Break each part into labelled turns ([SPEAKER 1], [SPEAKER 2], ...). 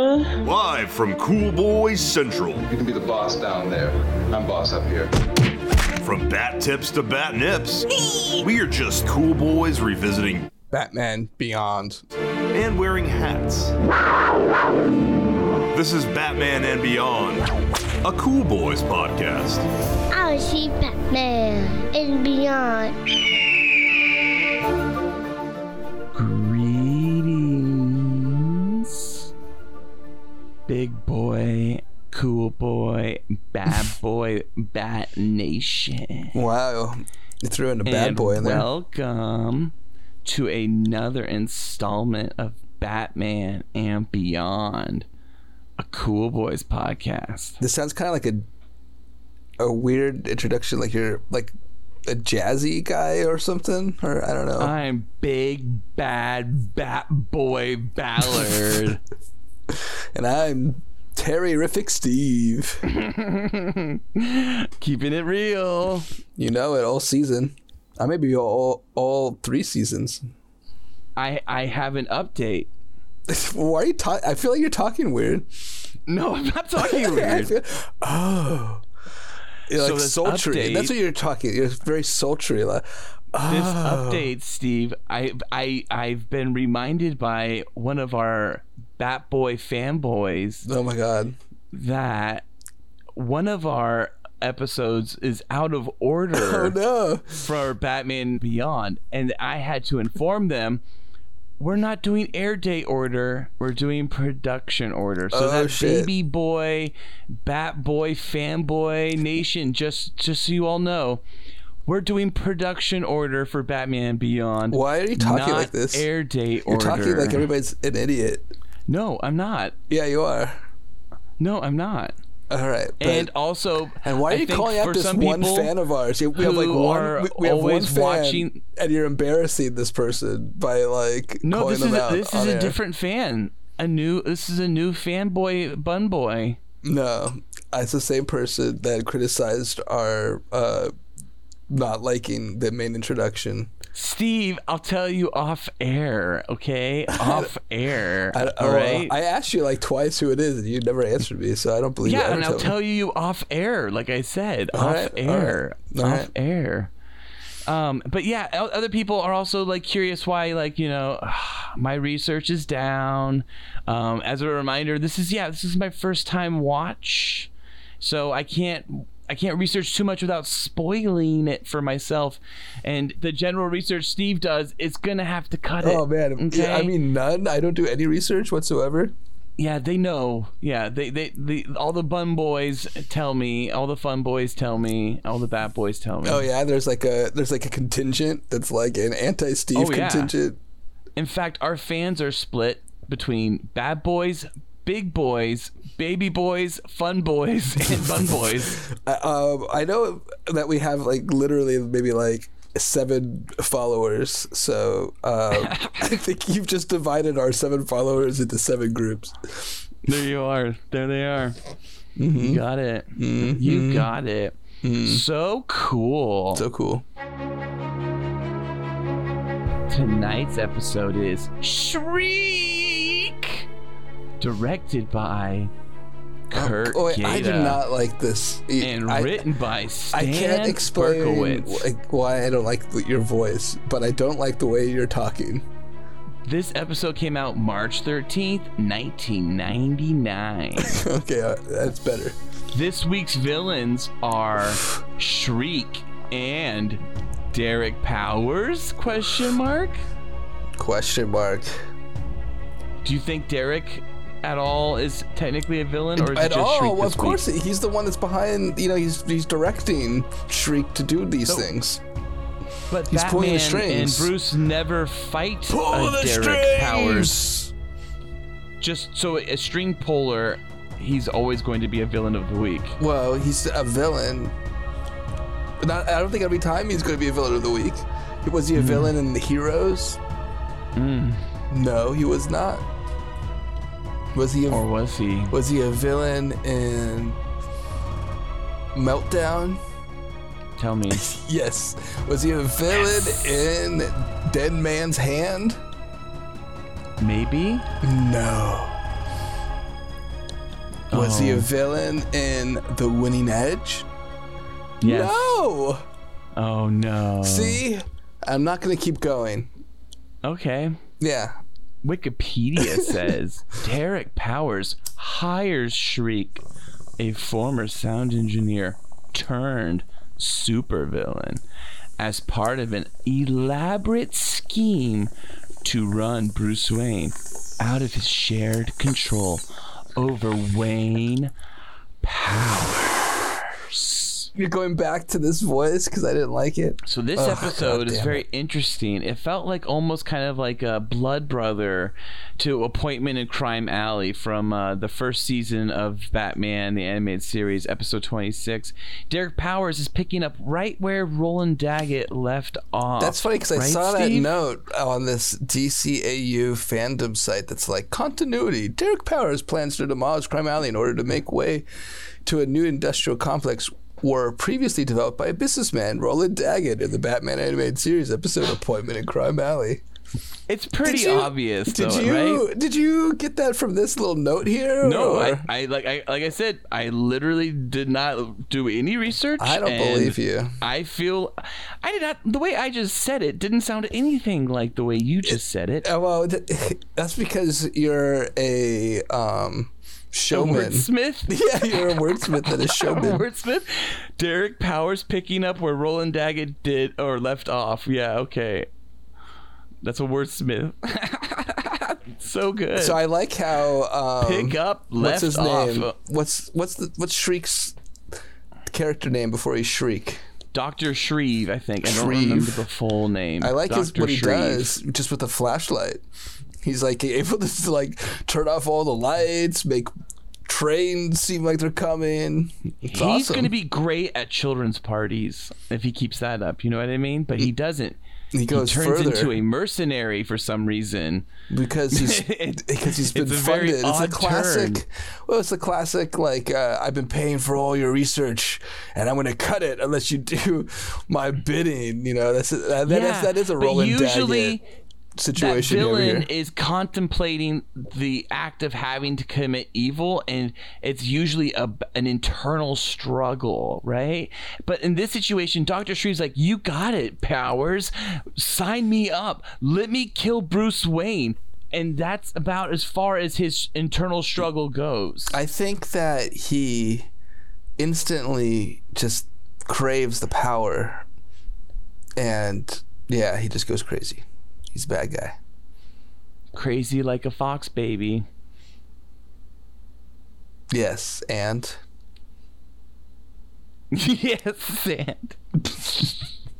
[SPEAKER 1] Live from Cool Boys Central,
[SPEAKER 2] You can be the boss down there. I'm boss up here.
[SPEAKER 1] from bat tips to bat nips, we are just cool boys revisiting
[SPEAKER 3] Batman Beyond.
[SPEAKER 1] and wearing hats. This is Batman and Beyond, a Cool Boys podcast.
[SPEAKER 4] I was see Batman and beyond.
[SPEAKER 5] Greetings, big boy, cool boy, bad boy, bat nation.
[SPEAKER 3] Wow. You threw in a bad
[SPEAKER 5] And
[SPEAKER 3] boy in there.
[SPEAKER 5] Welcome to another installment of Batman and Beyond, a cool boys podcast.
[SPEAKER 3] this sounds kind of like a a weird introduction, like you're like a jazzy guy or something, or I don't know.
[SPEAKER 5] I'm big bad bat boy Ballard.
[SPEAKER 3] and I'm terrific Steve.
[SPEAKER 5] Keeping it real.
[SPEAKER 3] you know it all season. I may be all all three seasons.
[SPEAKER 5] I I have an update.
[SPEAKER 3] Why are you talking? I feel like you're talking weird.
[SPEAKER 5] No, I'm not talking
[SPEAKER 3] I
[SPEAKER 5] weird.
[SPEAKER 3] feel- oh. You're
[SPEAKER 5] So
[SPEAKER 3] like
[SPEAKER 5] this
[SPEAKER 3] sultry. That's
[SPEAKER 5] update-
[SPEAKER 3] what you're talking. You're very sultry. Like,
[SPEAKER 5] this update, Steve, I I I've been reminded by one of our Batboy fanboys
[SPEAKER 3] oh my god.
[SPEAKER 5] that one of our episodes is out of order
[SPEAKER 3] Oh no.
[SPEAKER 5] for Batman Beyond, and I had to inform them we're not doing air day order, we're doing production order. So
[SPEAKER 3] Oh,
[SPEAKER 5] that
[SPEAKER 3] shit.
[SPEAKER 5] baby boy, bat boy, fanboy nation, just just so you all know, we're doing production order for Batman Beyond.
[SPEAKER 3] Why are you talking
[SPEAKER 5] not
[SPEAKER 3] like this?
[SPEAKER 5] Air day
[SPEAKER 3] You're
[SPEAKER 5] order.
[SPEAKER 3] talking like everybody's an idiot.
[SPEAKER 5] no, I'm not.
[SPEAKER 3] Yeah, you are.
[SPEAKER 5] No, I'm not.
[SPEAKER 3] All right. But,
[SPEAKER 5] And also,
[SPEAKER 3] and why are
[SPEAKER 5] I
[SPEAKER 3] you
[SPEAKER 5] think
[SPEAKER 3] calling out
[SPEAKER 5] for
[SPEAKER 3] this
[SPEAKER 5] some
[SPEAKER 3] one
[SPEAKER 5] people-
[SPEAKER 3] fan of ours? We have like
[SPEAKER 5] who
[SPEAKER 3] one.
[SPEAKER 5] are
[SPEAKER 3] We, we have one
[SPEAKER 5] always
[SPEAKER 3] fan,
[SPEAKER 5] watching-
[SPEAKER 3] and you're embarrassing this person by like
[SPEAKER 5] No,
[SPEAKER 3] calling
[SPEAKER 5] this
[SPEAKER 3] them
[SPEAKER 5] is a,
[SPEAKER 3] out.
[SPEAKER 5] this
[SPEAKER 3] on
[SPEAKER 5] is a
[SPEAKER 3] air.
[SPEAKER 5] different fan. A new this is a new fanboy bun boy.
[SPEAKER 3] No, it's the same person that criticized our uh, not liking the main introduction.
[SPEAKER 5] Steve, I'll tell you off air, okay? Off air.
[SPEAKER 3] I,
[SPEAKER 5] all
[SPEAKER 3] oh,
[SPEAKER 5] right.
[SPEAKER 3] I asked you like twice who it is, and you never answered me, so I don't believe. you
[SPEAKER 5] yeah,
[SPEAKER 3] ever
[SPEAKER 5] and I'll
[SPEAKER 3] told me.
[SPEAKER 5] tell you off air, like I said,
[SPEAKER 3] All
[SPEAKER 5] off
[SPEAKER 3] right, all right,
[SPEAKER 5] air,
[SPEAKER 3] all
[SPEAKER 5] off
[SPEAKER 3] right.
[SPEAKER 5] air. Um, but yeah, o- other people are also like curious why, like you know, my research is down. Um, as a reminder, this is yeah, this is my first time watch, so I can't I can't research too much without spoiling it for myself. And the general research Steve does is gonna have to cut it.
[SPEAKER 3] Oh man, yeah, I
[SPEAKER 5] okay?
[SPEAKER 3] mean none. I don't do any research whatsoever.
[SPEAKER 5] Yeah, they know. Yeah, they they, they all the bun boys tell me, all the fun boys tell me, all the bat boys tell me.
[SPEAKER 3] Oh yeah, there's like a there's like a contingent that's like an anti-Steve
[SPEAKER 5] Oh, yeah.
[SPEAKER 3] contingent.
[SPEAKER 5] In fact, our fans are split between bad boys, big boys, baby boys, fun boys, and bun boys.
[SPEAKER 3] I, um, I know that we have like literally maybe like seven followers, so um, I think you've just divided our seven followers into seven groups.
[SPEAKER 5] There you are. There they are.
[SPEAKER 3] Mm-hmm.
[SPEAKER 5] You got it. You got it. So cool.
[SPEAKER 3] So cool.
[SPEAKER 5] Tonight's episode is Shriek, directed by Kurt
[SPEAKER 3] Oh, wait, I did
[SPEAKER 5] Gaeta
[SPEAKER 3] not like this. Y-
[SPEAKER 5] and
[SPEAKER 3] I,
[SPEAKER 5] written by Stan
[SPEAKER 3] I can't explain
[SPEAKER 5] Berkowitz.
[SPEAKER 3] like why I don't like th- your voice, but I don't like the way you're talking.
[SPEAKER 5] This episode came out March 13th, 1999.
[SPEAKER 3] okay, uh, that's better.
[SPEAKER 5] this week's villains are Shriek and Derek Powers? Question mark.
[SPEAKER 3] Question mark.
[SPEAKER 5] Do you think Derek at all is technically a villain, or is
[SPEAKER 3] At
[SPEAKER 5] it just Shriek
[SPEAKER 3] all? Well,
[SPEAKER 5] this
[SPEAKER 3] of course, he's the one that's behind. You know, he's he's directing Shriek to do these
[SPEAKER 5] So-
[SPEAKER 3] things.
[SPEAKER 5] week? But
[SPEAKER 3] he's
[SPEAKER 5] Batman
[SPEAKER 3] pulling the
[SPEAKER 5] and
[SPEAKER 3] strings.
[SPEAKER 5] Bruce never fight a Uh, Derek Powers. Just so a string puller, he's always going to be a villain of the week.
[SPEAKER 3] Well, he's a villain. Not, I don't think every time he's going to be a villain of the week. Was
[SPEAKER 5] Hmm.
[SPEAKER 3] he a villain in the Heroes?
[SPEAKER 5] Mm.
[SPEAKER 3] No, he was not. Was he? A,
[SPEAKER 5] Or was he?
[SPEAKER 3] was he a villain in Meltdown?
[SPEAKER 5] Tell me.
[SPEAKER 3] Yes. Was he a villain in Dead Man's Hand?
[SPEAKER 5] Maybe?
[SPEAKER 3] No. Was he a
[SPEAKER 5] Oh.
[SPEAKER 3] villain in The Winning Edge?
[SPEAKER 5] Yes.
[SPEAKER 3] No.
[SPEAKER 5] Oh no.
[SPEAKER 3] See, I'm not gonna keep going.
[SPEAKER 5] Okay.
[SPEAKER 3] Yeah.
[SPEAKER 5] Wikipedia says Derek Powers hires Shriek, a former sound engineer turned supervillain, as part of an elaborate scheme to run Bruce Wayne out of his shared control over Wayne Powers.
[SPEAKER 3] You're going back to this voice because I didn't like it.
[SPEAKER 5] So this
[SPEAKER 3] Ugh,
[SPEAKER 5] episode
[SPEAKER 3] God
[SPEAKER 5] is
[SPEAKER 3] damn
[SPEAKER 5] very
[SPEAKER 3] it.
[SPEAKER 5] interesting. It felt like almost kind of like a blood brother to Appointment in Crime Alley from uh, the first season of Batman the animated series, episode 26. Derek Powers is picking up right where Roland Daggett left off.
[SPEAKER 3] That's funny because I
[SPEAKER 5] Right,
[SPEAKER 3] saw that
[SPEAKER 5] Steve?
[SPEAKER 3] note on this DCAU fandom site that's like continuity. Derek Powers plans to demolish Crime Alley in order to make way to a new industrial complex were previously developed by a businessman, Roland Daggett, in the Batman animated series episode Appointment in Crime Alley.
[SPEAKER 5] It's pretty
[SPEAKER 3] you-
[SPEAKER 5] obvious,
[SPEAKER 3] Did
[SPEAKER 5] though,
[SPEAKER 3] you
[SPEAKER 5] right?
[SPEAKER 3] did you get that from this little note here?
[SPEAKER 5] No,
[SPEAKER 3] or-
[SPEAKER 5] I, I like I like I said, I literally did not do any research.
[SPEAKER 3] I don't
[SPEAKER 5] and
[SPEAKER 3] believe you.
[SPEAKER 5] I feel I did not the way I just said it didn't sound anything like the way you just said it.
[SPEAKER 3] Uh, Well, th- that's because you're a um, showman.
[SPEAKER 5] Wordsmith.
[SPEAKER 3] Yeah, you're a wordsmith and a showman.
[SPEAKER 5] Wordsmith. Derek Powers picking up where Roland Daggett did or left off. Yeah, okay. That's a wordsmith. so good.
[SPEAKER 3] So I like how um,
[SPEAKER 5] Pick up,
[SPEAKER 3] what's
[SPEAKER 5] left
[SPEAKER 3] his
[SPEAKER 5] off.
[SPEAKER 3] name? What's what's the what's Shriek's character name before he's Shriek?
[SPEAKER 5] Dr. Shreve, I think. I don't
[SPEAKER 3] Shreve.
[SPEAKER 5] remember the full name.
[SPEAKER 3] I like
[SPEAKER 5] Dr.
[SPEAKER 3] his, what he
[SPEAKER 5] Shreve.
[SPEAKER 3] does just with a flashlight. He's like able to like turn off all the lights, make trains seem like they're coming. It's
[SPEAKER 5] He's
[SPEAKER 3] awesome.
[SPEAKER 5] going to be great at children's parties if he keeps that up. You know what I mean? But he doesn't.
[SPEAKER 3] he goes
[SPEAKER 5] turns
[SPEAKER 3] further
[SPEAKER 5] into a mercenary for some reason.
[SPEAKER 3] because he's
[SPEAKER 5] It-
[SPEAKER 3] because he's been
[SPEAKER 5] it's a very
[SPEAKER 3] funded. It's a
[SPEAKER 5] odd
[SPEAKER 3] classic.
[SPEAKER 5] turn.
[SPEAKER 3] Well, it's a classic. Like uh, I've been paying for all your research, and I'm going to cut it unless you do my bidding. You know, that's that, that is that is a
[SPEAKER 5] but
[SPEAKER 3] Roland
[SPEAKER 5] usually
[SPEAKER 3] Daggett situation
[SPEAKER 5] that
[SPEAKER 3] over
[SPEAKER 5] villain
[SPEAKER 3] here.
[SPEAKER 5] is contemplating the act of having to commit evil and it's usually a, an internal struggle right but in this situation dr shreve's like you got it powers sign me up let me kill bruce wayne and that's about as far as his internal struggle goes
[SPEAKER 3] I think that he instantly just craves the power, and yeah, he just goes crazy. He's a bad guy.
[SPEAKER 5] crazy like a fox baby
[SPEAKER 3] Yes, and
[SPEAKER 5] yes, sand.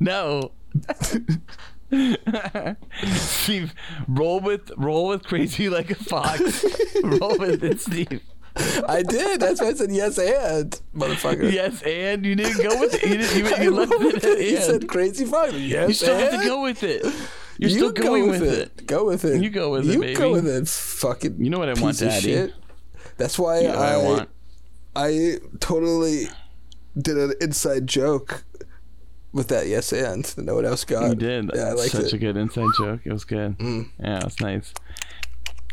[SPEAKER 5] no. Steve, roll with roll with crazy like a fox. roll with it, Steve.
[SPEAKER 3] I did. That's why I said yes, and motherfucker.
[SPEAKER 5] Yes, and you didn't go with it. You didn't. You,
[SPEAKER 3] I
[SPEAKER 5] you left
[SPEAKER 3] wrote
[SPEAKER 5] it.
[SPEAKER 3] it.
[SPEAKER 5] At
[SPEAKER 3] You
[SPEAKER 5] and.
[SPEAKER 3] said crazy fuck. Yes,
[SPEAKER 5] you still have
[SPEAKER 3] and?
[SPEAKER 5] to go with it.
[SPEAKER 3] You
[SPEAKER 5] You're still
[SPEAKER 3] go
[SPEAKER 5] going with it.
[SPEAKER 3] Go with it.
[SPEAKER 5] You go with it,
[SPEAKER 3] You go with
[SPEAKER 5] baby.
[SPEAKER 3] it. Fucking.
[SPEAKER 5] You know what I
[SPEAKER 3] piece
[SPEAKER 5] want,
[SPEAKER 3] of
[SPEAKER 5] Daddy.
[SPEAKER 3] shit. That's why
[SPEAKER 5] You know what
[SPEAKER 3] I,
[SPEAKER 5] I want.
[SPEAKER 3] I totally did an inside joke with that yes and that no one else got.
[SPEAKER 5] You did.
[SPEAKER 3] Yeah, I liked it.
[SPEAKER 5] Such
[SPEAKER 3] Mm.
[SPEAKER 5] a good inside joke. It was good. Yeah, it's nice.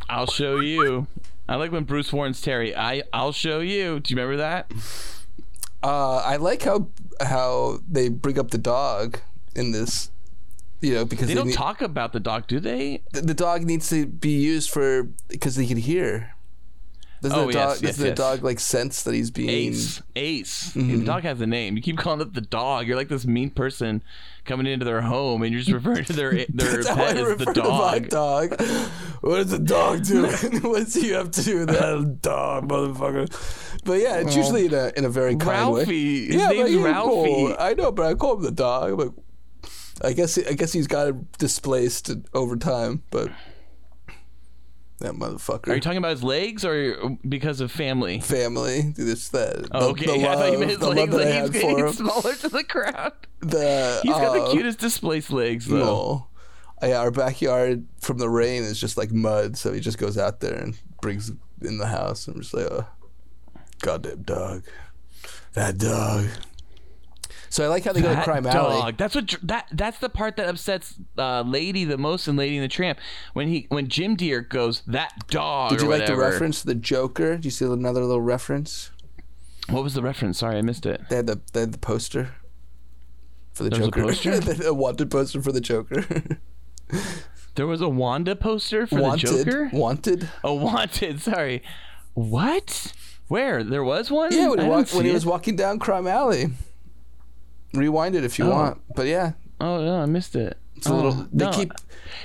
[SPEAKER 5] I'll show you. I like when Bruce warns Terry. I I'll show you. Do you remember that?
[SPEAKER 3] uh, I like how how they bring up the dog in this. You know, because
[SPEAKER 5] They
[SPEAKER 3] they
[SPEAKER 5] don't
[SPEAKER 3] need-
[SPEAKER 5] talk about the dog, do they?
[SPEAKER 3] the- the dog needs to be used for because they can hear. Doesn't
[SPEAKER 5] Oh,
[SPEAKER 3] the
[SPEAKER 5] yes,
[SPEAKER 3] dog,
[SPEAKER 5] yes,
[SPEAKER 3] doesn't the
[SPEAKER 5] yes.
[SPEAKER 3] dog like sense that he's being
[SPEAKER 5] Ace. Ace.
[SPEAKER 3] Mm-hmm.
[SPEAKER 5] The dog has a name. You keep calling it the dog. You're like this mean person coming into their home and you're just referring to their their
[SPEAKER 3] That's how I
[SPEAKER 5] pet as the
[SPEAKER 3] refer to my
[SPEAKER 5] dog.
[SPEAKER 3] dog. What is the dog doing? What's he up to, that dog, motherfucker? But yeah, it's usually in a in a very kind way.
[SPEAKER 5] Ralphie. His
[SPEAKER 3] yeah,
[SPEAKER 5] name's
[SPEAKER 3] but he-
[SPEAKER 5] Ralphie.
[SPEAKER 3] oh, I know, but I call him the dog. But I guess I guess he's got him displaced over time. But that motherfucker.
[SPEAKER 5] Are you talking about his legs or because of family?
[SPEAKER 3] Family, this that.
[SPEAKER 5] Oh, okay,
[SPEAKER 3] the, the
[SPEAKER 5] I
[SPEAKER 3] love,
[SPEAKER 5] thought you meant his
[SPEAKER 3] the
[SPEAKER 5] legs.
[SPEAKER 3] love that
[SPEAKER 5] Like
[SPEAKER 3] I
[SPEAKER 5] he's
[SPEAKER 3] had for
[SPEAKER 5] getting
[SPEAKER 3] him.
[SPEAKER 5] smaller to the crowd.
[SPEAKER 3] The,
[SPEAKER 5] He's got
[SPEAKER 3] uh,
[SPEAKER 5] the cutest displaced legs though.
[SPEAKER 3] No. Yeah, our backyard from the rain is just like mud, so he just goes out there and brings it in the house. I'm just like, oh, goddamn dog, that dog. So I like how they go to
[SPEAKER 5] That
[SPEAKER 3] Crime Alley.
[SPEAKER 5] That's what dr- that that's the part that upsets uh, Lady the most in Lady and the Tramp when he when Jim Deere goes that dog.
[SPEAKER 3] Did
[SPEAKER 5] or
[SPEAKER 3] you like the
[SPEAKER 5] whatever."
[SPEAKER 3] reference to the Joker? Did you see another little reference?
[SPEAKER 5] What was the reference? Sorry, I missed it.
[SPEAKER 3] They had the they had the poster for the
[SPEAKER 5] There was a
[SPEAKER 3] Joker.
[SPEAKER 5] poster?
[SPEAKER 3] They had a wanted poster for the Joker.
[SPEAKER 5] There was a Wanda poster for
[SPEAKER 3] wanted.
[SPEAKER 5] the Joker.
[SPEAKER 3] Wanted.
[SPEAKER 5] Oh, wanted. Sorry. What? Where? There was one?
[SPEAKER 3] Yeah, when
[SPEAKER 5] I
[SPEAKER 3] he,
[SPEAKER 5] didn't
[SPEAKER 3] walked, when
[SPEAKER 5] see
[SPEAKER 3] he
[SPEAKER 5] it.
[SPEAKER 3] was walking down Crime Alley. Rewind it if you
[SPEAKER 5] Oh.
[SPEAKER 3] want, but yeah,
[SPEAKER 5] Oh no, I missed it.
[SPEAKER 3] it's a little. They
[SPEAKER 5] no.
[SPEAKER 3] keep.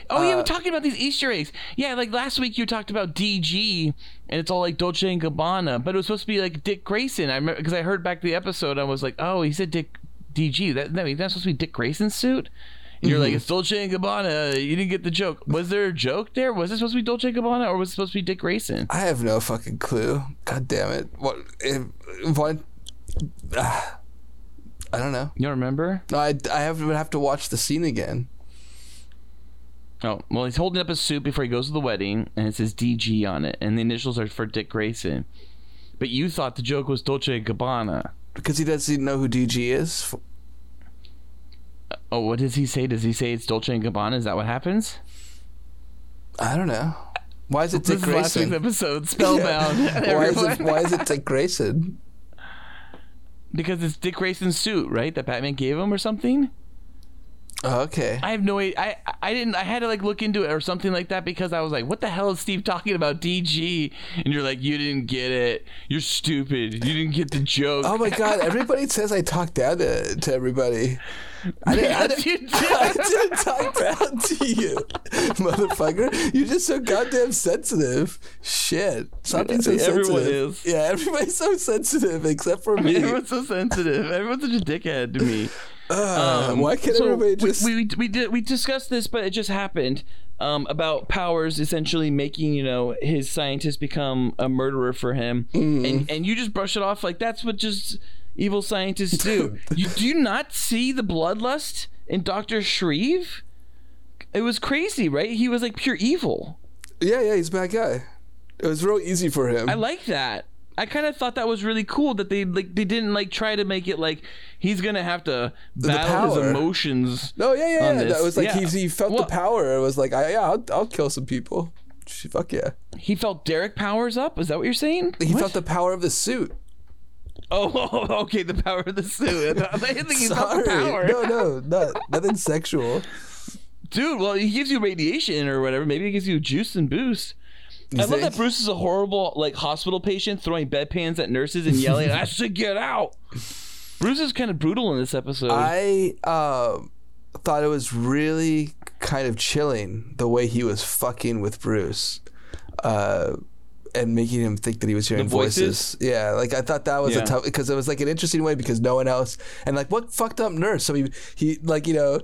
[SPEAKER 5] Oh yeah, we're
[SPEAKER 3] uh,
[SPEAKER 5] talking about these Easter eggs. Yeah, like last week you talked about DG, and it's all like Dolce and Gabbana, but it was supposed to be like Dick Grayson. I remember because I heard back the episode, I was like, oh, he said Dick DG. That that means that's supposed to be Dick Grayson's suit. And you're
[SPEAKER 3] Mm-hmm.
[SPEAKER 5] like, it's Dolce and Gabbana. You didn't get the joke. Was there a joke there? Was it supposed to be Dolce and Gabbana, or was it supposed to be Dick Grayson?
[SPEAKER 3] I have no fucking clue. God damn it! What? If, what? ah, I don't know.
[SPEAKER 5] You don't remember?
[SPEAKER 3] No, I I have would have to watch the scene again.
[SPEAKER 5] Oh, well, he's holding up his suit before he goes to the wedding, and it says DG on it, and the initials are for Dick Grayson. But you thought the joke was Dolce and Gabbana.
[SPEAKER 3] because he doesn't know who DG is.
[SPEAKER 5] Oh, what does he say? Does he say it's Dolce and Gabbana? Is that what happens?
[SPEAKER 3] I don't know. Why is it Dick
[SPEAKER 5] this is last week's
[SPEAKER 3] Grayson?
[SPEAKER 5] episode, Spellbound.
[SPEAKER 3] Why is, it,
[SPEAKER 5] everyone.
[SPEAKER 3] why is it Dick Grayson?
[SPEAKER 5] Because it's Dick Grayson's suit, right? That Batman gave him or something.
[SPEAKER 3] Oh, okay.
[SPEAKER 5] I have no way. I I didn't. I had to like look into it or something like that because I was like, what the hell is Steve talking about DG? And you're like, you didn't get it. You're stupid. You didn't get the joke.
[SPEAKER 3] Oh my God! Everybody says I talk down to, to everybody. I didn't, I,
[SPEAKER 5] Yes,
[SPEAKER 3] didn't,
[SPEAKER 5] you did.
[SPEAKER 3] I didn't talk down to you, motherfucker. You're just so goddamn sensitive. Shit. Stop being so
[SPEAKER 5] Everyone
[SPEAKER 3] sensitive.
[SPEAKER 5] is.
[SPEAKER 3] Yeah, everybody's so sensitive except for me.
[SPEAKER 5] Everyone's so sensitive. Everyone's such a dickhead to me.
[SPEAKER 3] Uh, why can't
[SPEAKER 5] um, so
[SPEAKER 3] everybody
[SPEAKER 5] we-
[SPEAKER 3] just?
[SPEAKER 5] we, we, we did we discussed this, but it just happened um, about powers essentially making you know his scientist become a murderer for him,
[SPEAKER 3] Mm.
[SPEAKER 5] and and you just brush it off like that's what just evil scientists do. you do you not see the bloodlust in Doctor Shreve. It was crazy, right? He was like pure evil.
[SPEAKER 3] yeah, yeah, he's a bad guy. It was real easy for him.
[SPEAKER 5] I like that. I kind of thought that was really cool that they like they didn't like try to make it like he's gonna have to battle his
[SPEAKER 3] power.
[SPEAKER 5] emotions.
[SPEAKER 3] No, yeah, yeah,
[SPEAKER 5] on
[SPEAKER 3] yeah.
[SPEAKER 5] this.
[SPEAKER 3] That was like
[SPEAKER 5] Yeah.
[SPEAKER 3] he, he felt
[SPEAKER 5] Well-
[SPEAKER 3] the power. It was like, I, yeah, I'll, I'll kill some people. Sh- Fuck yeah.
[SPEAKER 5] He felt Derek powers up. Is that what you're saying?
[SPEAKER 3] He felt the power of the suit.
[SPEAKER 5] Oh, okay. The power of the suit. I didn't think he
[SPEAKER 3] Sorry.
[SPEAKER 5] felt the power.
[SPEAKER 3] No, no, not, nothing sexual.
[SPEAKER 5] Dude, well, he gives you radiation or whatever. Maybe he gives you juice and boost. I love
[SPEAKER 3] think?
[SPEAKER 5] that Bruce is a horrible like hospital patient throwing bedpans at nurses and yelling, "I should get out." Bruce is kind of brutal in this episode.
[SPEAKER 3] I um thought it was really kind of chilling the way he was fucking with Bruce. Uh, and making him think that he was hearing
[SPEAKER 5] voices?
[SPEAKER 3] Yeah, like I thought that was
[SPEAKER 5] Yeah.
[SPEAKER 3] a tough because it was like an interesting way because no one else and like what fucked up nurse. So he he like you know,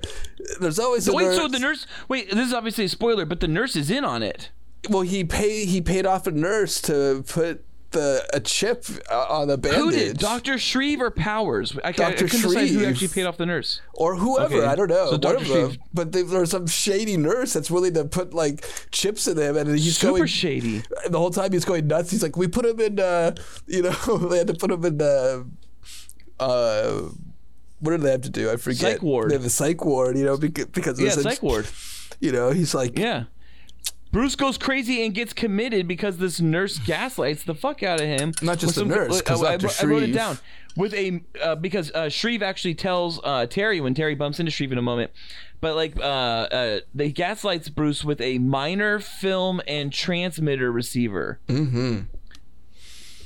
[SPEAKER 3] there's always a
[SPEAKER 5] wait,
[SPEAKER 3] nurse.
[SPEAKER 5] so the nurse? Wait, this is obviously a spoiler, but the nurse is in on it.
[SPEAKER 3] Well, he paid he paid off a nurse to put the a chip uh, on a bandage
[SPEAKER 5] Who did? Doctor Shreve or Powers? I, I, I
[SPEAKER 3] Dr.
[SPEAKER 5] couldn't decide who
[SPEAKER 3] Shreve.
[SPEAKER 5] actually paid off the nurse.
[SPEAKER 3] or whoever.
[SPEAKER 5] Okay.
[SPEAKER 3] I don't know.
[SPEAKER 5] So
[SPEAKER 3] one
[SPEAKER 5] Dr.
[SPEAKER 3] of them.
[SPEAKER 5] Seuss-
[SPEAKER 3] But they, there's some shady nurse that's willing to put like chips in him, and he's
[SPEAKER 5] Super
[SPEAKER 3] going
[SPEAKER 5] shady.
[SPEAKER 3] the whole time. He's going nuts. He's like, we put him in, uh, you know, they had to put him in. Uh, uh, what did they have to do? I forget.
[SPEAKER 5] Psych ward.
[SPEAKER 3] They have a psych ward, you know, because, because
[SPEAKER 5] Yeah,
[SPEAKER 3] there's a-
[SPEAKER 5] psych ward.
[SPEAKER 3] You know, he's like,
[SPEAKER 5] Yeah. Bruce goes crazy and gets committed because this nurse gaslights the fuck out of him.
[SPEAKER 3] Not just
[SPEAKER 5] With
[SPEAKER 3] the nurse, 'cause
[SPEAKER 5] I, I
[SPEAKER 3] Dr.
[SPEAKER 5] wrote- I wrote it
[SPEAKER 3] Shreve-
[SPEAKER 5] down with a uh, because uh, Shreve actually tells uh, Terry when Terry bumps into Shreve in a moment, but like uh, uh, they gaslights Bruce with a minor film and transmitter receiver. Mm-hmm.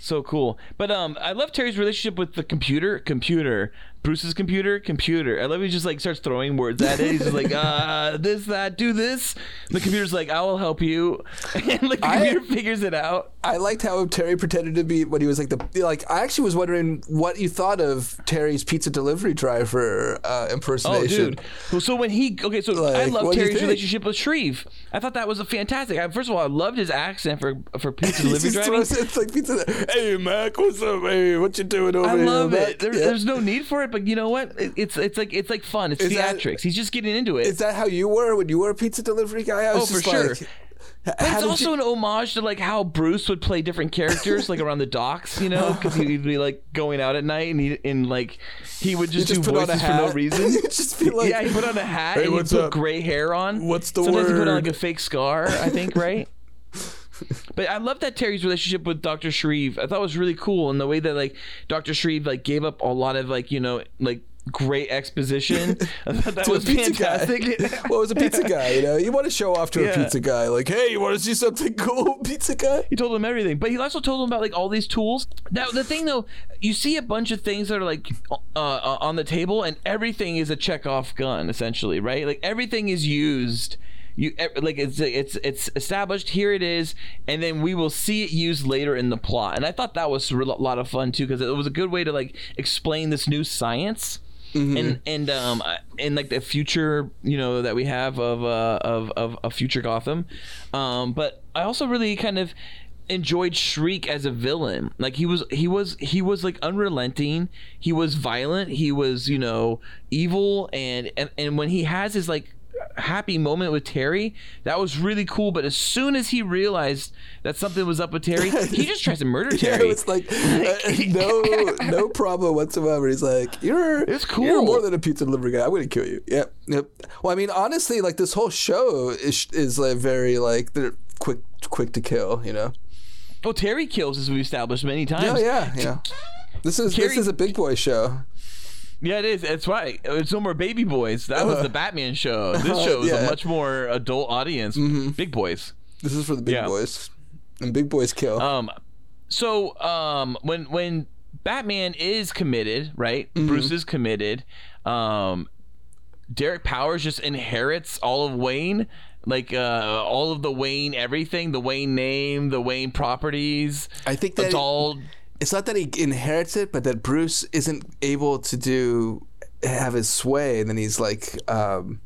[SPEAKER 5] So cool, but um, I love Terry's relationship with the computer. Computer, Bruce's computer, computer. I love he just like starts throwing words at it. He's just like, uh, this, that, do this. The computer's like, I will help you, and like the
[SPEAKER 3] I-
[SPEAKER 5] computer figures it out.
[SPEAKER 3] I liked how Terry pretended to be when he was like the like. I actually was wondering what you thought of Terry's pizza delivery driver uh,
[SPEAKER 5] Oh,
[SPEAKER 3] impersonation.
[SPEAKER 5] dude. Well, So when he okay, so I
[SPEAKER 3] Like,
[SPEAKER 5] love
[SPEAKER 3] what'd you
[SPEAKER 5] Terry's
[SPEAKER 3] think?
[SPEAKER 5] relationship with Shreve. I thought that was a fantastic. I, first of all, I loved his accent for for pizza
[SPEAKER 3] He
[SPEAKER 5] delivery
[SPEAKER 3] just
[SPEAKER 5] driving.
[SPEAKER 3] throws it, it's like pizza. Hey Mac, what's up? Hey, what you doing over
[SPEAKER 5] I
[SPEAKER 3] here?
[SPEAKER 5] love
[SPEAKER 3] Mac?"
[SPEAKER 5] it. There,
[SPEAKER 3] Yeah.
[SPEAKER 5] There's no need for it, but you know what? It- It's it's like it's like fun. It's
[SPEAKER 3] Is that-
[SPEAKER 5] theatrics. He's just getting into it.
[SPEAKER 3] Is that how you were when you were a pizza delivery guy? I was
[SPEAKER 5] oh, for
[SPEAKER 3] just
[SPEAKER 5] sure.
[SPEAKER 3] like, How
[SPEAKER 5] It's
[SPEAKER 3] did
[SPEAKER 5] also
[SPEAKER 3] you-
[SPEAKER 5] an homage to like how Bruce would play different characters like around the docks, you know, because he'd be like going out at night and he and like he would
[SPEAKER 3] you
[SPEAKER 5] just,
[SPEAKER 3] just
[SPEAKER 5] do
[SPEAKER 3] put on a
[SPEAKER 5] voices for no
[SPEAKER 3] hat.
[SPEAKER 5] reason.
[SPEAKER 3] You just be like,
[SPEAKER 5] yeah, he put on a hat
[SPEAKER 3] "Hey,
[SPEAKER 5] and he
[SPEAKER 3] what's
[SPEAKER 5] put
[SPEAKER 3] up?"
[SPEAKER 5] gray hair on.
[SPEAKER 3] What's the
[SPEAKER 5] Sometimes he put on
[SPEAKER 3] word?
[SPEAKER 5] like a fake scar, I think, right? but I love that Terry's relationship with Dr. Shreve. I thought was really cool and the way that like Dr. Shreve like gave up a lot of like, you know, like great exposition. I thought that
[SPEAKER 3] to a
[SPEAKER 5] was
[SPEAKER 3] pizza
[SPEAKER 5] fantastic.
[SPEAKER 3] guy. well, it was a pizza guy. You know, you want to show off to a
[SPEAKER 5] Yeah.
[SPEAKER 3] pizza guy, like, hey, you want to see something cool, pizza guy?
[SPEAKER 5] He told him everything, but he also told him about like all these tools. Now the thing though, you see a bunch of things that are like uh, uh, on the table, and everything is a Chekhov gun essentially, right? Like everything is used. You ev- like it's it's it's established. Here it is, and then we will see it used later in the plot. And I thought that was a real- lot of fun too, because it was a good way to like explain this new science.
[SPEAKER 3] Mm-hmm.
[SPEAKER 5] And and um I- and like the future you know that we have of uh of of a future Gotham, um but I also really kind of enjoyed Shriek as a villain. Like he was he was he was like unrelenting. He was violent. He was you know evil and and, and when he has his like happy moment with Terry, that was really cool. But as soon as he realized that something was up with Terry, he just tries to murder
[SPEAKER 3] Yeah,
[SPEAKER 5] Terry.
[SPEAKER 3] it was like uh, no, no problem whatsoever. He's like, you're,
[SPEAKER 5] It's
[SPEAKER 3] You're
[SPEAKER 5] cool.
[SPEAKER 3] more than a pizza delivery guy. I'm gonna kill you. Yep, yep. Well, I mean, honestly, like this whole show is is like very like they're quick, quick to kill. You know?
[SPEAKER 5] oh, Terry kills as we've established many times.
[SPEAKER 3] Oh yeah, yeah. This is this
[SPEAKER 5] Carrie-
[SPEAKER 3] is a big boy show.
[SPEAKER 5] Yeah, it is. That's right. It's no more baby boys. That was the Batman show. This show
[SPEAKER 3] Uh-huh.
[SPEAKER 5] is
[SPEAKER 3] yeah. Mm-hmm.
[SPEAKER 5] a much more adult audience. Big boys.
[SPEAKER 3] This is for the big
[SPEAKER 5] Yeah.
[SPEAKER 3] boys, and big boys kill.
[SPEAKER 5] Um, so um, when when Batman is committed, right?
[SPEAKER 3] Mm-hmm.
[SPEAKER 5] Bruce is committed. Um, Derek Powers just inherits all of Wayne, like uh, all of the Wayne everything, the Wayne name, the Wayne properties.
[SPEAKER 3] I think that
[SPEAKER 5] It's all
[SPEAKER 3] it's not that he inherits it, but that Bruce isn't able to do have his sway, and then he's like um,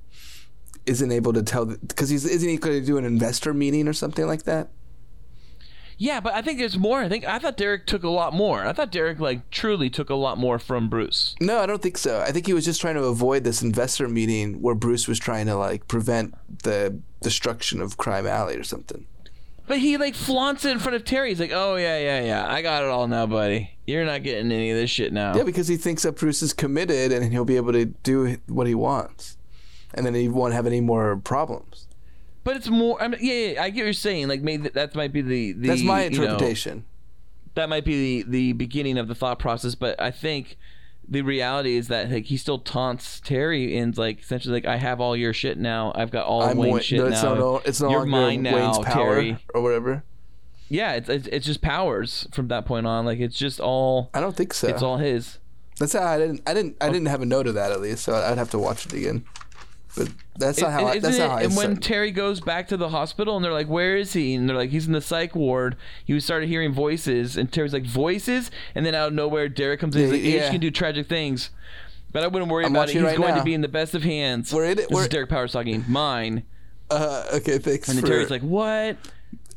[SPEAKER 3] isn't able to tell because he's isn't he going to do an investor meeting or something like that?
[SPEAKER 5] Yeah, but I think it's more. I think I thought Derek took a lot more. I thought Derek like truly took a lot more from Bruce.
[SPEAKER 3] No, I don't think so. I think he was just trying to avoid this investor meeting where Bruce was trying to like prevent the destruction of Crime Alley or something.
[SPEAKER 5] But he like flaunts it in front of Terry. He's like, "Oh yeah, yeah, yeah. I got it all now, buddy. You're not getting any of this shit now."
[SPEAKER 3] Yeah, because he thinks that Bruce is committed and he'll be able to do what he wants, and then he won't have any more problems.
[SPEAKER 5] But it's more. I mean, yeah, yeah, I get what you're saying. Like, maybe that might be the, the
[SPEAKER 3] That's my
[SPEAKER 5] you know,
[SPEAKER 3] interpretation.
[SPEAKER 5] that might be the the beginning of the thought process. But I think the reality is that like he still taunts Terry and like essentially like I have all your shit now. I've got all
[SPEAKER 3] I'm
[SPEAKER 5] Wayne's
[SPEAKER 3] Wayne-
[SPEAKER 5] shit
[SPEAKER 3] no, it's
[SPEAKER 5] now.
[SPEAKER 3] no, it's no
[SPEAKER 5] You're
[SPEAKER 3] longer
[SPEAKER 5] mine now,
[SPEAKER 3] Wayne's power
[SPEAKER 5] Terry.
[SPEAKER 3] or whatever.
[SPEAKER 5] Yeah, it's, it's it's just powers from that point on. Like it's just all
[SPEAKER 3] I don't think so.
[SPEAKER 5] it's all his.
[SPEAKER 3] that's how I didn't. I didn't. I didn't have a note of that at least. So I'd have to watch it again. But that's not how. I,
[SPEAKER 5] Isn't
[SPEAKER 3] that's not
[SPEAKER 5] it-
[SPEAKER 3] how I
[SPEAKER 5] and when
[SPEAKER 3] said-
[SPEAKER 5] Terry goes back to the hospital and they're like, "Where is he?" and they're like, "He's in the psych ward." He started hearing voices, and Terry's like, "Voices!" And then out of nowhere, Derek comes in. He's
[SPEAKER 3] Yeah,
[SPEAKER 5] like, "Age
[SPEAKER 3] yeah.
[SPEAKER 5] can do tragic things, but I wouldn't worry
[SPEAKER 3] I'm
[SPEAKER 5] about it.
[SPEAKER 3] watching
[SPEAKER 5] He's
[SPEAKER 3] right
[SPEAKER 5] going
[SPEAKER 3] now.
[SPEAKER 5] to be in the best of hands."
[SPEAKER 3] We're in it-
[SPEAKER 5] This
[SPEAKER 3] we're-
[SPEAKER 5] is Derek Powers talking. Mine.
[SPEAKER 3] uh, okay, thanks.
[SPEAKER 5] And then
[SPEAKER 3] for,
[SPEAKER 5] Terry's like, "What?"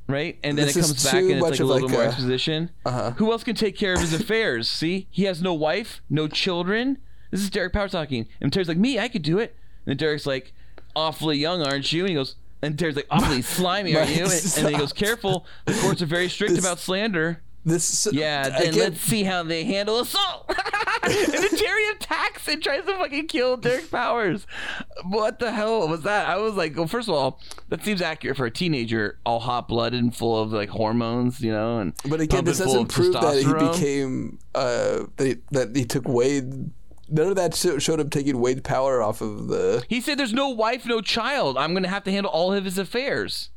[SPEAKER 5] Right, and then it
[SPEAKER 3] This is
[SPEAKER 5] comes back
[SPEAKER 3] too
[SPEAKER 5] and it's
[SPEAKER 3] much
[SPEAKER 5] like a
[SPEAKER 3] of,
[SPEAKER 5] little
[SPEAKER 3] like,
[SPEAKER 5] bit more
[SPEAKER 3] a-
[SPEAKER 5] exposition. Uh-huh. Who else can take care of his affairs? See, he has no wife, no children. This is Derek Powers talking, and Terry's like, "Me, I could do it." And then Derek's like, "Awfully young, aren't you?" And he goes, and Terry's like, "Awfully slimy, are you?" And, and then he goes, "Careful, the courts are very strict
[SPEAKER 3] This-
[SPEAKER 5] about slander."
[SPEAKER 3] this.
[SPEAKER 5] Yeah, then
[SPEAKER 3] again,
[SPEAKER 5] let's see how they handle assault. and then Terry attacks and tries to fucking kill Derek Powers. What the hell was that? I was like, well, first of all, that seems accurate for a teenager, all hot blooded and full of like hormones, you know, and
[SPEAKER 3] But again, this
[SPEAKER 5] pumping full
[SPEAKER 3] doesn't prove
[SPEAKER 5] of
[SPEAKER 3] that he
[SPEAKER 5] testosterone.
[SPEAKER 3] became uh, that he, that he took Wade. None of that sho- showed him taking Wade power off of the.
[SPEAKER 5] He said, "There's no wife, no child. I'm gonna have to handle all of his affairs."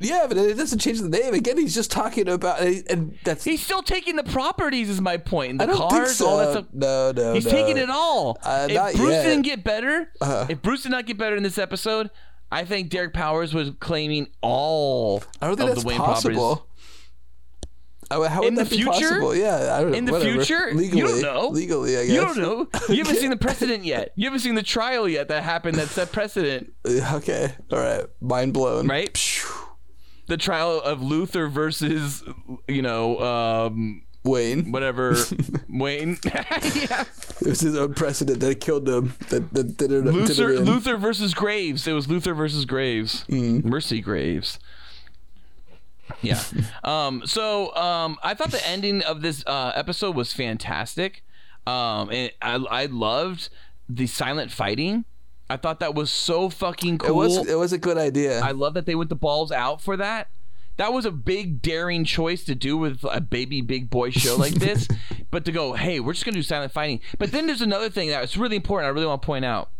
[SPEAKER 3] Yeah, but it doesn't change the name. Again, he's just talking about and, and that's.
[SPEAKER 5] He's still taking the properties, is my point. And the
[SPEAKER 3] I don't
[SPEAKER 5] cars,
[SPEAKER 3] think so.
[SPEAKER 5] all that stuff.
[SPEAKER 3] No, no,
[SPEAKER 5] He's
[SPEAKER 3] no.
[SPEAKER 5] taking it all.
[SPEAKER 3] Uh, not
[SPEAKER 5] if Bruce
[SPEAKER 3] yet. Uh-huh.
[SPEAKER 5] didn't get better, if Bruce did not get better in this episode, I think Derek Powers was claiming all
[SPEAKER 3] I don't think
[SPEAKER 5] of
[SPEAKER 3] that's
[SPEAKER 5] the Wayne properties.
[SPEAKER 3] possible. I, how would
[SPEAKER 5] In
[SPEAKER 3] that
[SPEAKER 5] the
[SPEAKER 3] be
[SPEAKER 5] future?
[SPEAKER 3] possible? Yeah, I don't know.
[SPEAKER 5] In the
[SPEAKER 3] whatever.
[SPEAKER 5] future,
[SPEAKER 3] legally,
[SPEAKER 5] you don't know.
[SPEAKER 3] Legally, I guess.
[SPEAKER 5] You don't know. You haven't seen the precedent yet. You haven't seen the trial yet that happened that set precedent.
[SPEAKER 3] know. Okay, all right. Mind blown.
[SPEAKER 5] Right?
[SPEAKER 3] Phew.
[SPEAKER 5] The trial of Luther versus, you know, um,
[SPEAKER 3] Wayne.
[SPEAKER 5] whatever Wayne. yeah.
[SPEAKER 3] It was his own precedent that killed him. That that did it. did it
[SPEAKER 5] Luther
[SPEAKER 3] in. Mm-hmm.
[SPEAKER 5] Luther versus Graves. It was Luther versus Graves. Mercy Graves. yeah. um, so um, I thought the ending of this uh, episode was fantastic. Um, and I, I loved the silent fighting. I thought that was so fucking cool.
[SPEAKER 3] It was it was a good idea.
[SPEAKER 5] I love that they went the balls out for that. That was a big daring choice to do with a baby big boy show like this, but to go, hey, we're just gonna do silent fighting. But then there's another thing that's really important. I really want to point out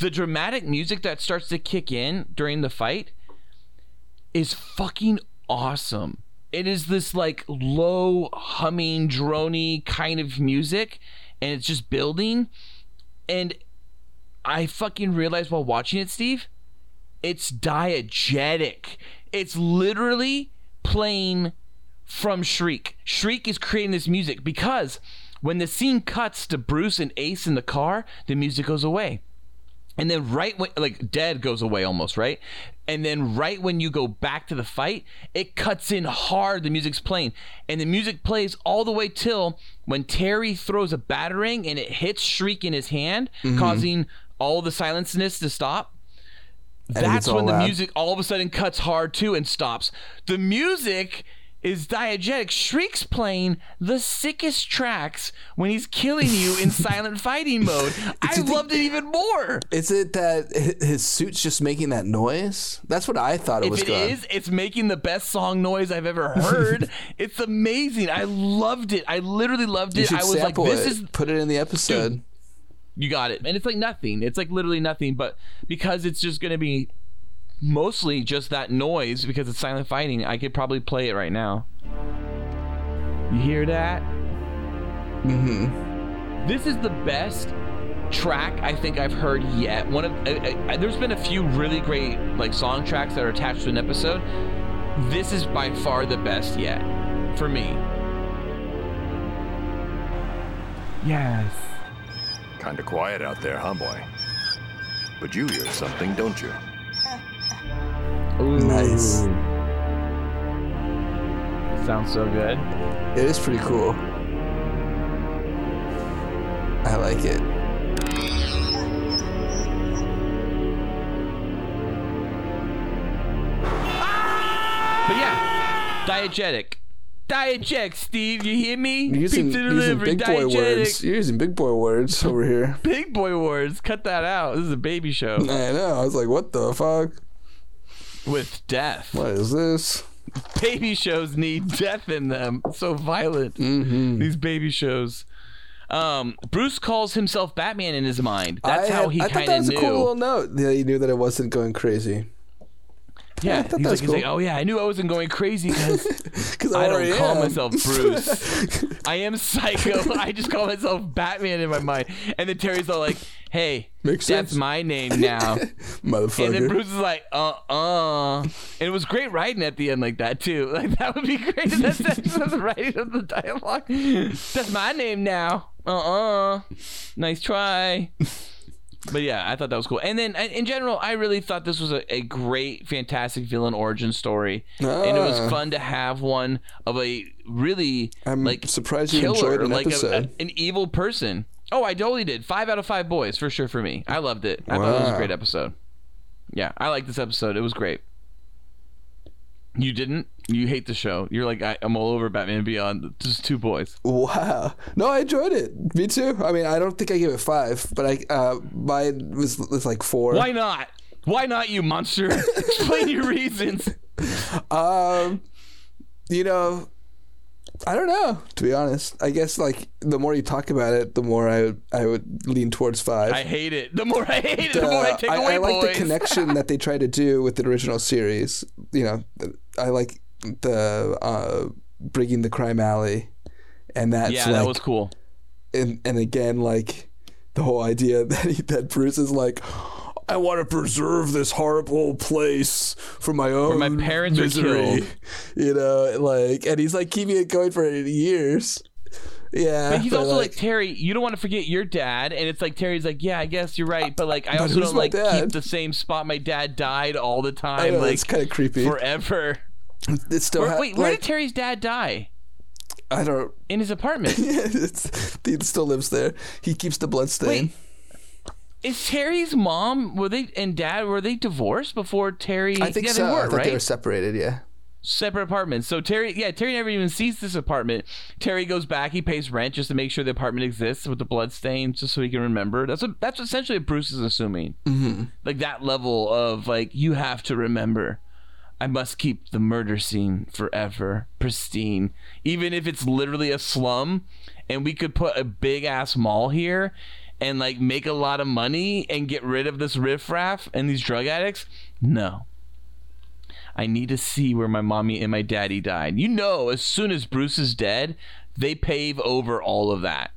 [SPEAKER 5] the dramatic music that starts to kick in during the fight is fucking awesome. It is this like low humming, drony kind of music, and it's just building. And I fucking realized while watching it, Steve, it's diegetic. It's literally playing from Shriek. Shriek is creating this music because when the scene cuts to Bruce and Ace in the car, the music goes away. And then right when like dead goes away almost, right? And then right when you go back to the fight, it cuts in hard, the music's playing. And the music plays all the way till when Terry throws a battering and it hits Shriek in his hand,
[SPEAKER 3] Mm-hmm.
[SPEAKER 5] causing all the silenceness to stop.
[SPEAKER 3] it
[SPEAKER 5] That's
[SPEAKER 3] gets all
[SPEAKER 5] when the
[SPEAKER 3] loud.
[SPEAKER 5] music all of a sudden cuts hard too and stops. The music is diegetic. Shriek's playing the sickest tracks when he's killing you in silent fighting mode. I
[SPEAKER 3] think-
[SPEAKER 5] loved it even more.
[SPEAKER 3] Is it that hi- his suit's just making that noise? That's what I thought it was
[SPEAKER 5] If it
[SPEAKER 3] going.
[SPEAKER 5] is, it's making the best song noise I've ever heard. it's amazing. I loved it. I literally loved
[SPEAKER 3] you
[SPEAKER 5] it.
[SPEAKER 3] should
[SPEAKER 5] I was like,
[SPEAKER 3] sample
[SPEAKER 5] this
[SPEAKER 3] it.
[SPEAKER 5] is
[SPEAKER 3] put it in the episode.
[SPEAKER 5] you got it. And it's like nothing. It's like literally nothing, but because it's just gonna be mostly just that noise because it's silent fighting, I could probably play it right now. You hear that?
[SPEAKER 3] Mm-hmm.
[SPEAKER 5] This is the best track I think I've heard yet. One of I, I, there's been a few really great like song tracks that are attached to an episode. This is by far the best yet for me. Yes.
[SPEAKER 1] Kinda quiet out there, huh, boy? But you hear something, don't you?
[SPEAKER 5] Ooh.
[SPEAKER 3] Nice.
[SPEAKER 5] Sounds so good.
[SPEAKER 3] It is pretty cool. I like it.
[SPEAKER 5] But yeah, diegetic. Diegetic, Steve, you hear me?
[SPEAKER 3] You're using,
[SPEAKER 5] Pizza
[SPEAKER 3] using
[SPEAKER 5] delivery,
[SPEAKER 3] big boy
[SPEAKER 5] diegetic.
[SPEAKER 3] words. You're using big boy words over here.
[SPEAKER 5] Big boy words. Cut that out. This is a baby show
[SPEAKER 3] I know. I was like, what the fuck?
[SPEAKER 5] with death.
[SPEAKER 3] What is this?
[SPEAKER 5] baby shows need death in them. So violent.
[SPEAKER 3] Mm-hmm.
[SPEAKER 5] These baby shows. Um, Bruce calls himself Batman in his mind. That's
[SPEAKER 3] I
[SPEAKER 5] how
[SPEAKER 3] had-
[SPEAKER 5] he
[SPEAKER 3] I thought
[SPEAKER 5] kind
[SPEAKER 3] that
[SPEAKER 5] of
[SPEAKER 3] was
[SPEAKER 5] knew.
[SPEAKER 3] a cool little note. Yeah, he knew that it wasn't going crazy.
[SPEAKER 5] yeah,
[SPEAKER 3] I thought that
[SPEAKER 5] he's, like,
[SPEAKER 3] was
[SPEAKER 5] he's like,
[SPEAKER 3] cool.
[SPEAKER 5] oh yeah, I knew I wasn't going crazy because
[SPEAKER 3] Because
[SPEAKER 5] I don't call myself Bruce. I am psycho. I just call myself Batman in my mind. And then Terry's all like, hey,
[SPEAKER 3] Makes
[SPEAKER 5] that's
[SPEAKER 3] sense.
[SPEAKER 5] my name now.
[SPEAKER 3] Motherfucker.
[SPEAKER 5] And then Bruce is like, uh uh. And it was great writing at the end like that too. Like that would be great. if That's that's the writing of the dialogue. That's my name now. Uh uh. Nice try. But yeah, I thought that was cool. And then I- in general, I really thought this was a, a great, fantastic villain origin story. And it was
[SPEAKER 3] Ah.
[SPEAKER 5] fun to have one of a really
[SPEAKER 3] I'm
[SPEAKER 5] like
[SPEAKER 3] surprised you
[SPEAKER 5] killer,
[SPEAKER 3] enjoyed an
[SPEAKER 5] like a-
[SPEAKER 3] episode.
[SPEAKER 5] an evil person. Oh, I totally did. Five out of five boys for sure for me. I loved it. I thought it was a
[SPEAKER 3] Wow.
[SPEAKER 5] great episode. Yeah, I like this episode. It was great. You didn't? You hate the show. You're like I, I'm all over Batman Beyond. Just two boys.
[SPEAKER 3] Wow. No, I enjoyed it. Me too. I mean, I don't think I gave it five, but I uh, mine was, was like four.
[SPEAKER 5] Why not? Why not you monster? Explain your reasons.
[SPEAKER 3] Um, you know, I don't know. To be honest, I guess like the more you talk about it, the more I I would lean towards five.
[SPEAKER 5] I hate it. The more I hate it, the
[SPEAKER 3] Uh,
[SPEAKER 5] more I take
[SPEAKER 3] I,
[SPEAKER 5] away
[SPEAKER 3] I like
[SPEAKER 5] boys.
[SPEAKER 3] the connection that they try to do with the original series. You know, I like the uh, bringing the crime alley, and that's
[SPEAKER 5] yeah,
[SPEAKER 3] like,
[SPEAKER 5] that was cool.
[SPEAKER 3] and and again like the whole idea that he, that Bruce is like I want to preserve this horrible place for my own
[SPEAKER 5] my parents are
[SPEAKER 3] misery.
[SPEAKER 5] killed.
[SPEAKER 3] You know, like and he's like keeping it going for years. Yeah.
[SPEAKER 5] But he's also like, Terry. You don't want to forget your dad, and it's like Terry's like, yeah, I guess you're right, but like I also
[SPEAKER 3] who's
[SPEAKER 5] don't
[SPEAKER 3] my
[SPEAKER 5] like keep
[SPEAKER 3] dad?
[SPEAKER 5] the same spot. My dad died all the
[SPEAKER 3] I
[SPEAKER 5] time,
[SPEAKER 3] know,
[SPEAKER 5] like
[SPEAKER 3] it's kind of creepy.
[SPEAKER 5] forever.
[SPEAKER 3] it still
[SPEAKER 5] Where-
[SPEAKER 3] ha-
[SPEAKER 5] wait, where
[SPEAKER 3] like,
[SPEAKER 5] did Terry's dad die?
[SPEAKER 3] I don't
[SPEAKER 5] In his apartment.
[SPEAKER 3] it's, he still lives there. He keeps the blood stain.
[SPEAKER 5] Wait. Is Terry's mom were they and dad were they divorced before Terry?
[SPEAKER 3] I think
[SPEAKER 5] yeah,
[SPEAKER 3] so.
[SPEAKER 5] they
[SPEAKER 3] I
[SPEAKER 5] were
[SPEAKER 3] think
[SPEAKER 5] right.
[SPEAKER 3] they were separated, yeah.
[SPEAKER 5] separate apartments. So Terry, yeah, Terry never even sees this apartment. Terry goes back, he pays rent just to make sure the apartment exists with the blood stains, just so he can remember. That's what, that's essentially what Bruce is assuming. Mm-hmm. Like that level of like you have to remember. I must keep the murder scene forever pristine, even if it's literally a slum, and we could put a big ass mall here. And like make a lot of money and get rid of this riffraff and these drug addicts? No. I need to see where my mommy and my daddy died. You know, as soon as Bruce is dead, they pave over all of that.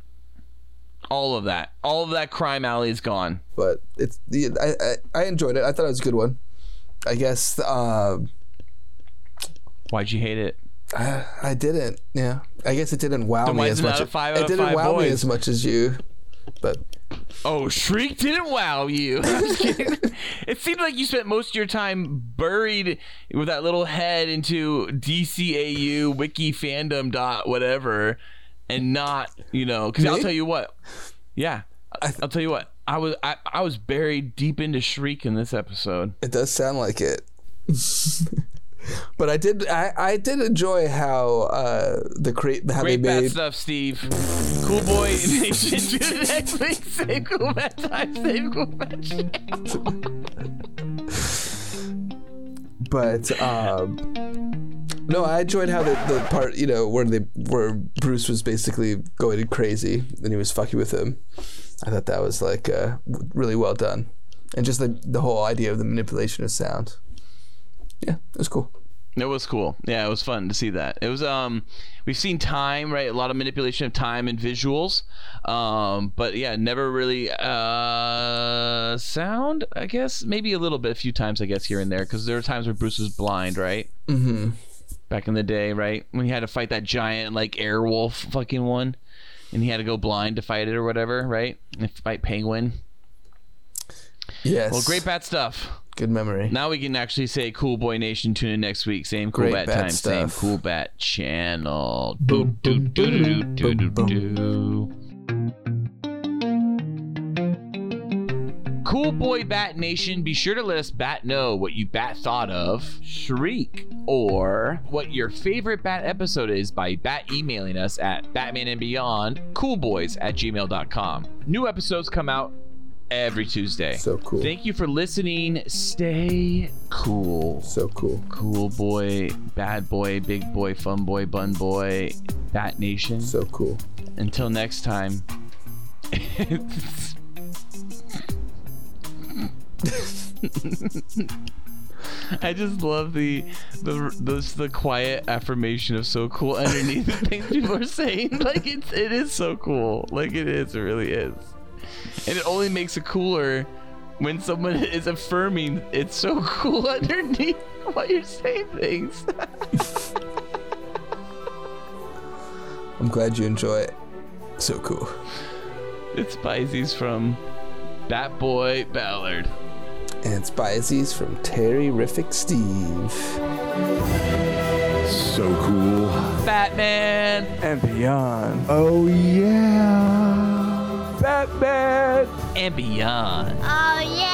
[SPEAKER 5] All of that. All of that crime alley is gone.
[SPEAKER 3] But it's the I, I I enjoyed it. I thought it was a good one. I guess uh,
[SPEAKER 5] Why'd you hate it?
[SPEAKER 3] I, I didn't. Yeah, I guess it didn't wow
[SPEAKER 5] Then why
[SPEAKER 3] me as
[SPEAKER 5] is it
[SPEAKER 3] much.
[SPEAKER 5] not a five out
[SPEAKER 3] it
[SPEAKER 5] of
[SPEAKER 3] didn't
[SPEAKER 5] five
[SPEAKER 3] wow me
[SPEAKER 5] boys?
[SPEAKER 3] as much as you. But
[SPEAKER 5] Oh, Shriek didn't wow you. I'm just kidding. it seemed like you spent most of your time buried with that little head into DCAU wiki fandom dot whatever, and not you know because I'll
[SPEAKER 3] Me?
[SPEAKER 5] tell you what, yeah,
[SPEAKER 3] I th-
[SPEAKER 5] I'll tell you what. I was I, I was buried deep into Shriek in this episode.
[SPEAKER 3] It does sound like it. but I did I, I did enjoy how uh the create how
[SPEAKER 5] Great
[SPEAKER 3] they
[SPEAKER 5] bad
[SPEAKER 3] made
[SPEAKER 5] stuff, Steve. cool boy nation. Tune in next week. Same cool bad time. Same cool bad channel.
[SPEAKER 3] but um no, I enjoyed how the, the part, you know, where they where Bruce was basically going crazy and he was fucking with him. I thought that was like uh w- really well done. And just the the whole idea of the manipulation of sound. Yeah, it was cool.
[SPEAKER 5] It was cool. Yeah, it was fun to see that. It was um we've seen time, right? A lot of manipulation of time and visuals. Um but yeah, never really uh sound, I guess. Maybe a little bit a few times I guess here and there cuz there were times where Bruce was blind, right? Mhm. Back in the day, right? When he had to fight that giant like airwolf fucking one and he had to go blind to fight it or whatever, right? And fight penguin.
[SPEAKER 3] Yes.
[SPEAKER 5] Well, great bat stuff.
[SPEAKER 3] good memory.
[SPEAKER 5] Now we can actually say Cool Boy Nation. Tune in next week. Same cool
[SPEAKER 3] Great
[SPEAKER 5] bat,
[SPEAKER 3] bat
[SPEAKER 5] time, same
[SPEAKER 3] stuff.
[SPEAKER 5] cool bat channel. Boom, boom, do, do, do, do, do. Cool Boy Bat Nation, be sure to let us bat know what you bat thought of, shriek, or what your favorite bat episode is by bat emailing us at Batman and Beyond Coolboys at gmail.com. New episodes come out every Tuesday.
[SPEAKER 3] So cool.
[SPEAKER 5] Thank you for listening. Stay cool.
[SPEAKER 3] so cool.
[SPEAKER 5] Cool boy, bad boy, big boy, fun boy, bun boy, Bat Nation.
[SPEAKER 3] So cool.
[SPEAKER 5] Until next time. I just love the the the, the quiet affirmation of so cool underneath the things people are saying. Like it's it is so cool. Like it is, it really is. And it only makes it cooler when someone is affirming it's so cool underneath while you're saying things.
[SPEAKER 3] I'm glad you enjoy it. So cool.
[SPEAKER 5] It's Pisces from Bat Boy Ballard.
[SPEAKER 3] And it's biases from Terry Riffick Steve.
[SPEAKER 1] So cool.
[SPEAKER 5] Batman.
[SPEAKER 3] and beyond.
[SPEAKER 1] Oh, yeah.
[SPEAKER 5] and beyond.
[SPEAKER 4] Oh, yeah.